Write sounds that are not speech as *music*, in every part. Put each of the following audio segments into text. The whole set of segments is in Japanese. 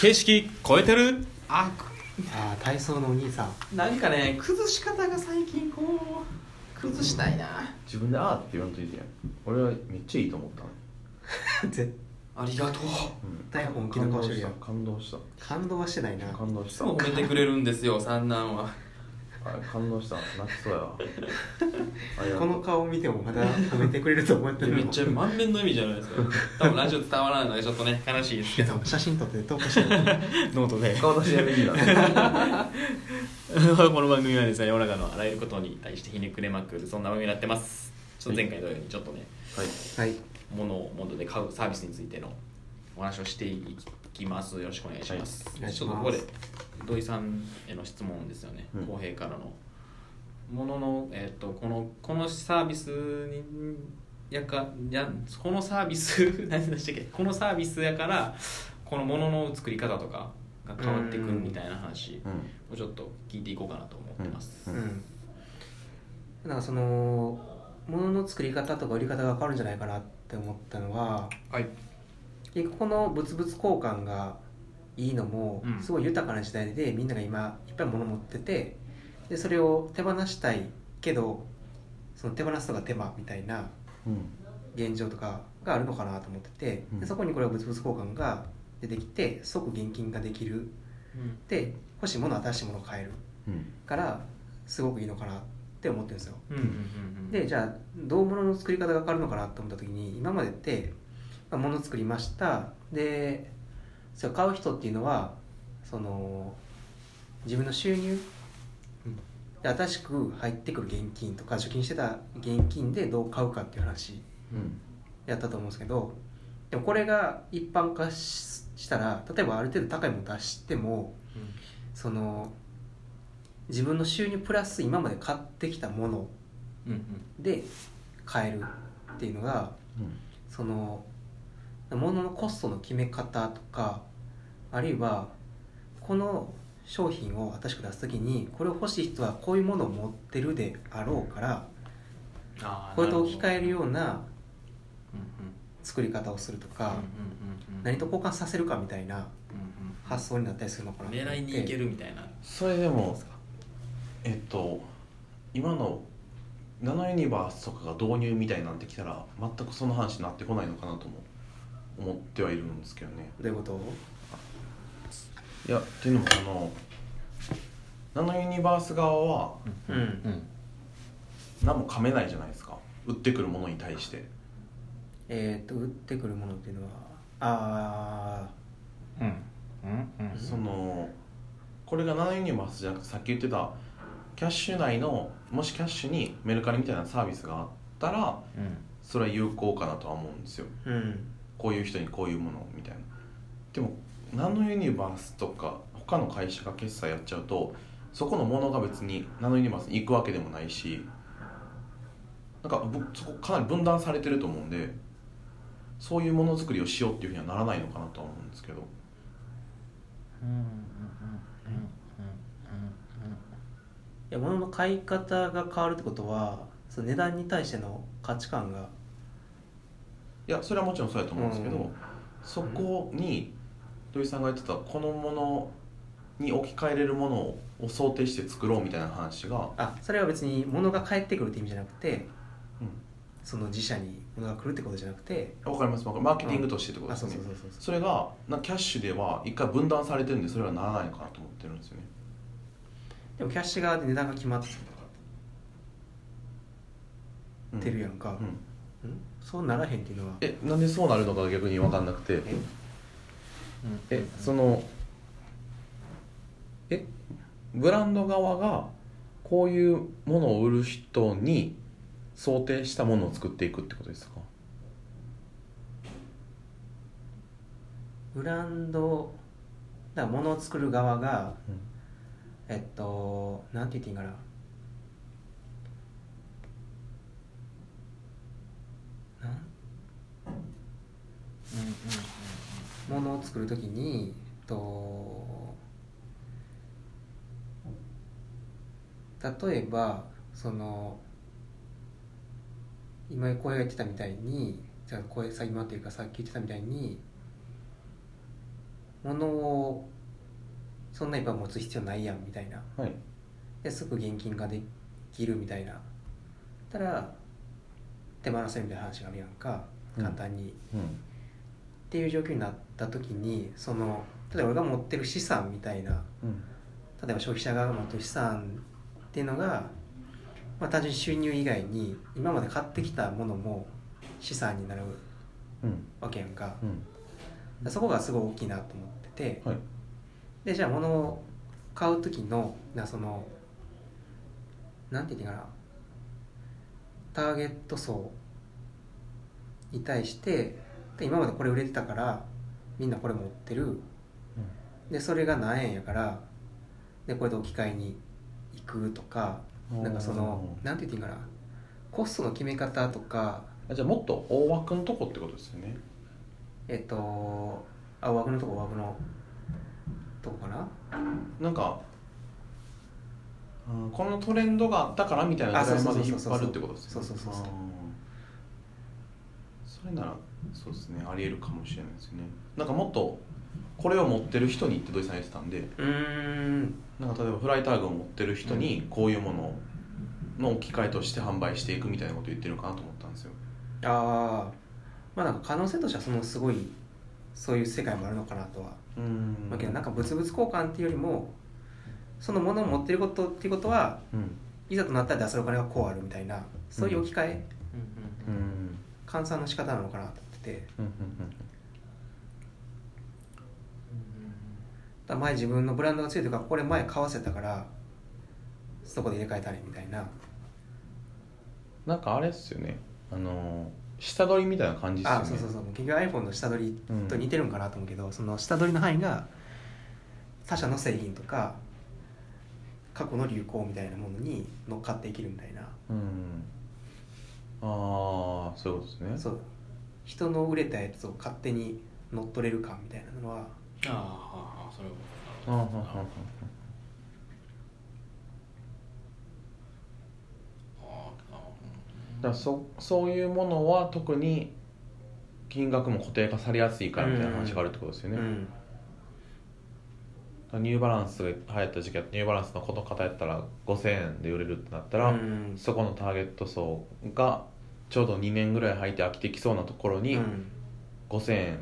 形式超えてるああー体操のお兄さんなんかね崩し方が最近こう崩したいな自分で「あ」って言わんといてやん俺はめっちゃいいと思った *laughs* の絶ありがとううん対本気の顔してるやん感動した感動はしてないな感動いしつたも感動褒しめてくれるんですよ三男はたあ感動した泣きそうや *laughs* わありがとこうの顔見てもまだ褒 *laughs* めてくれると思ってるめっちゃ満面の意味じゃないですか多分ラジオ伝わらないのでちょっとね悲しいですけどゃ写真撮って投稿してるノートで顔出しやめ *laughs* るんだ *laughs* この番組はですね世の中のあらゆることに対してひねくれまくるそんな番組になってますちょっと前回のようにちょっとねはいはい物を物で買うサービスについてのお話をしていきますよろしくお願いします、いお願いちしょっとますここで土井さんへの質問ですよねうん公平からのものの、えっとこのこのサービスにやかやこのサービス *laughs* 何でしたっけこのサービスやからこのものの作り方とかが変わってくるみたいな話うをんちょっと聞いていこうかなと思ってます、ううんだからその物の作り方とか売り方が変わるんじゃないかなって思ったのははい結局この物々交換がいいのもうんすごい豊かな時代でみんなが今いっぱい物持っててでそれを手放したいけどその手放すのが手間みたいなうん現状とかがあるのかなと思っててうでんそこにこれは物々交換が出てきて即現金ができるで欲しいものは新しいものを買えるうんからすごくいいのかなって思ってるんですようんうんうんうんでじゃあどうものの作り方が変わるのかなと思った時に今までって、まあ、もの作りましたでそれを買う人っていうのはその自分の収入うんで新しく入ってくる現金とか貯金してた現金でどう買うかっていう話うんやったと思うんですけどでもこれが一般化ししたら例えばある程度高いもの出してもその自分の収入プラス今まで買ってきたものうんうんで買えるっていうのがうんその物のコストの決め方とかあるいはこの商品を新しく出す時にこれを欲しい人はこういうものを持ってるであろうからあーこれと置きな換るえるようなほどうんうん作り方をするとうんかうんうん何と交換させるかみたいうなんうん発想になったりするのかなと思っ狙ていに行けるみたいなそれでどうもですかえっと今のナノユニバースとかが導入みたいになってきたら全くその話になってこないのかなとも思ってはいるんですけどねどういうこといやっていうのもそのナノユニバース側はうんうん何も噛めないじゃないですか売ってくるものに対してえーっと売ってくるものっていうのはあうんうんうんそのこれがナノユニバースじゃなくてさっき言ってたキャッシュ内のもしキャッシュにメルカリみたいなサービスがあったらそれは有効かなとは思うんですよーうんこういう人にこういうものをみたいなでもナノユニバースとか他の会社が決済やっちゃうとそこのものが別にナノユニバースに行くわけでもないしなんかぶそこかなり分断されてると思うんでそういうものづくりをしようっていうふうにはならないのかなとは思うんですけどうんうんうんいや物の買い方が変わるってことはその値段に対しての価値観がいやそれはもちろんそうやと思うんですけど、うんそこに土井さんが言ってたこのものに置き換えれるものを想定して作ろうみたいな話が、あそれは別に物が返ってくるって意味じゃなくてうん、その自社に物が来るってことじゃなくてわかりますわかりますマーケティングとしてってことあですそようそねうそうそうそれがなキャッシュでは一回分断されてるんでそれはならないのかなと思ってるんですよねでもキャッシュ側で値段が決まっうんてるやんかう、んんそうならへんっていうのはえなんでそうなるのかが逆に分かんなくてえうんえそのえブランド側がこういうものを売る人に想定したものを作っていくってことですかブランドだから物を作る側がえっとなんて言っていいんかななんうんうんものを作るときにと例えばその今浩平が言ってたみたいにじゃあ浩平さん今というかさっき言ってたみたいに物をそんないっぱい持つ必要ないやんみたいなはいですぐ現金ができるみたいなたら手放せるみたいな話があるやんかうん簡単に、っうんていう状況になった時にその例えば俺が持ってる資産みたいなうん例えば消費者が持ってる資産っていうのが、まあ、単純に収入以外に今まで買ってきたものも資産になるうんわけやんか、うんそこがすごい大きいなと思ってて、はいでじゃあ物を買う時のなそのなんて言っていいかなターゲット層に対してで今までこれ売れてたからみんなこれ持ってるでそれが何円やからでこれで置き換えに行くとかうんなんかそのなんて言っていいかなコストの決め方とかあじゃあもっと大枠のとこってことですよねえっとあ枠のとこ枠のとこかななんかうんこのトレンドがあったからみたいなあぐらいまでそ引うっそうそうそう張るってことですねそうそうそうそうあーそれならそうですねありえるかもしれないですねなんかもっとこれを持ってる人にって土井さん言ってたんでうーんなんか例えばフライターグを持ってる人にこういうものの置き換えとして販売していくみたいなこと言ってるかなと思ったんですよああまあなんか可能性としてはそのすごいそういう世界もあるのかなとは、うんまあけどなんか物々交換っていうよりもそのものを持ってることっていうことはうんいざとなったら出せるお金がこうあるみたいなそういう置き換え、うんうん換算の仕方なのかなと思っててうんだから前自分のブランドがついてるからこれ前買わせたからそこで入れ替えたりみたいななんかあれっすよねあのー下取りみたいな感じっすよあねそうそうそう結局 iPhone の下取りうんと似てるんかなと思うけど、その下取りの範囲が他社の製品とか過去の流行みたいなものに乗っかっていけるみたいなうんああそういうことですねそう人の売れたやつを勝手に乗っ取れる感みたいなのはあーあーそれはあーはんはんはんあーあだからそそういうものは特に金額も固定化されやすいからみたいな話があるってことですよね、うだんからニューバランスがいっぱい流行った時期はニューバランスのこの方やったら5000円で売れるってなったら、うんそこのターゲット層がちょうど2年ぐらい履いて飽きてきそうなところに、うん5000円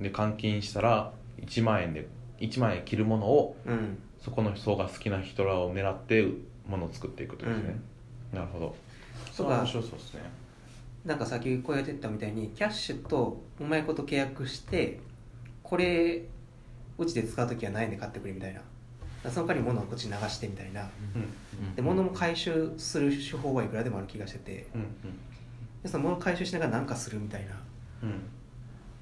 で換金したら1万円で1万円切るものをうんそこの層が好きな人らを狙ってものを作っていくってことですね、なるほどとそかれは面白そうですねなんか先こうやってったみたいにキャッシュとうまいこと契約してこれうちで使う時は何円で買ってくれみたいなだからその代わり物をこっちに流してみたいなうんで物も回収する手法はいくらでもある気がしててうんでその物を回収しながら何かするみたいなうんうん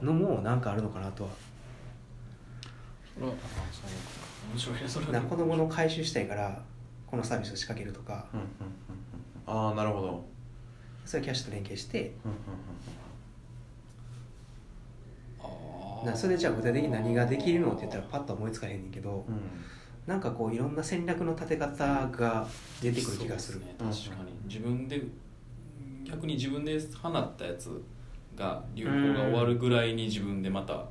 のもなんかあるのかなとはそれは面白いねそれなはんかこの物を回収したいからこのサービスを仕掛けるとかうんうんうんうんああなるほどそれキャッシュと連携してうんあなーそれでじゃあ具体的に何ができるのって言ったらパッと思いつかへんねんけどうんうんなんかこういろんな戦略の立て方が出てくる気がするそうですね、確かに自分で逆に自分で放ったやつが流行が終わるぐらいに自分でまた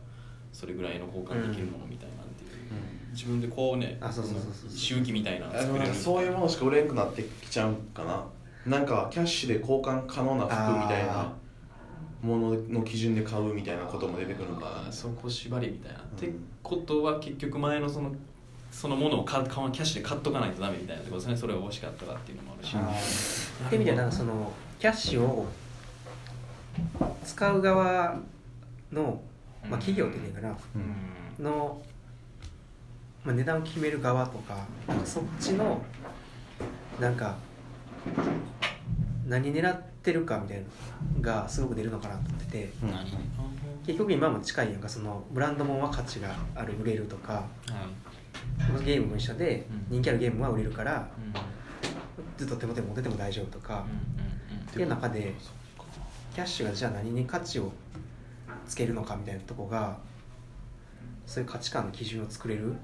それぐらいの交換できるものみたいなんていう、自分でこうねあそうそうそうそう周期みたいなのあでもなんかそういうものしか売れなくなってきちゃうかななんかキャッシュで交換可能な服みたいなあものの基準で買うみたいなことも出てくるのかあなーそこ縛りみたいな、うんってことは結局前のそのそのものを買うキャッシュで買っとかないとダメみたいなってことですねそれが欲しかったかっていうのもあるしあってみたいななんかそのキャッシュを使う側の、まあ、企業っていうかなううんんの、まあ、値段を決める側とかなんかそっちのなんか何狙ってるかみたいなのがすごく出るのかなと思っててうん何結局今も近いやんかそのブランドもんは価値がある売れるとかはい、ゲームも一緒でうん人気あるゲームは売れるからうんずっと手元に持ってても大丈夫とかうんうんっていう中でそっかキャッシュがじゃあ何に価値をつけるのかみたいなとこがそういう価値観の基準を作れるっ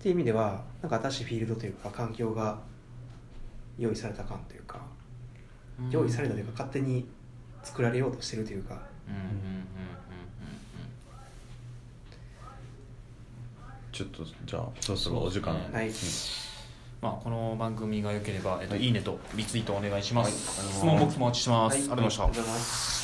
ていう意味ではなんか新しいフィールドというか環境が用意された感というかうん用意されたというか勝手に作られようとしてるというかうんうんうんうんうんちょっとじゃあそろそろお時間そうですねはいうんまあ、この番組が良ければ、えっとはいい、いねとリツイートお願いします、はい質問ボックスもお待ちしてます、はいありがとうございましたありがとうございます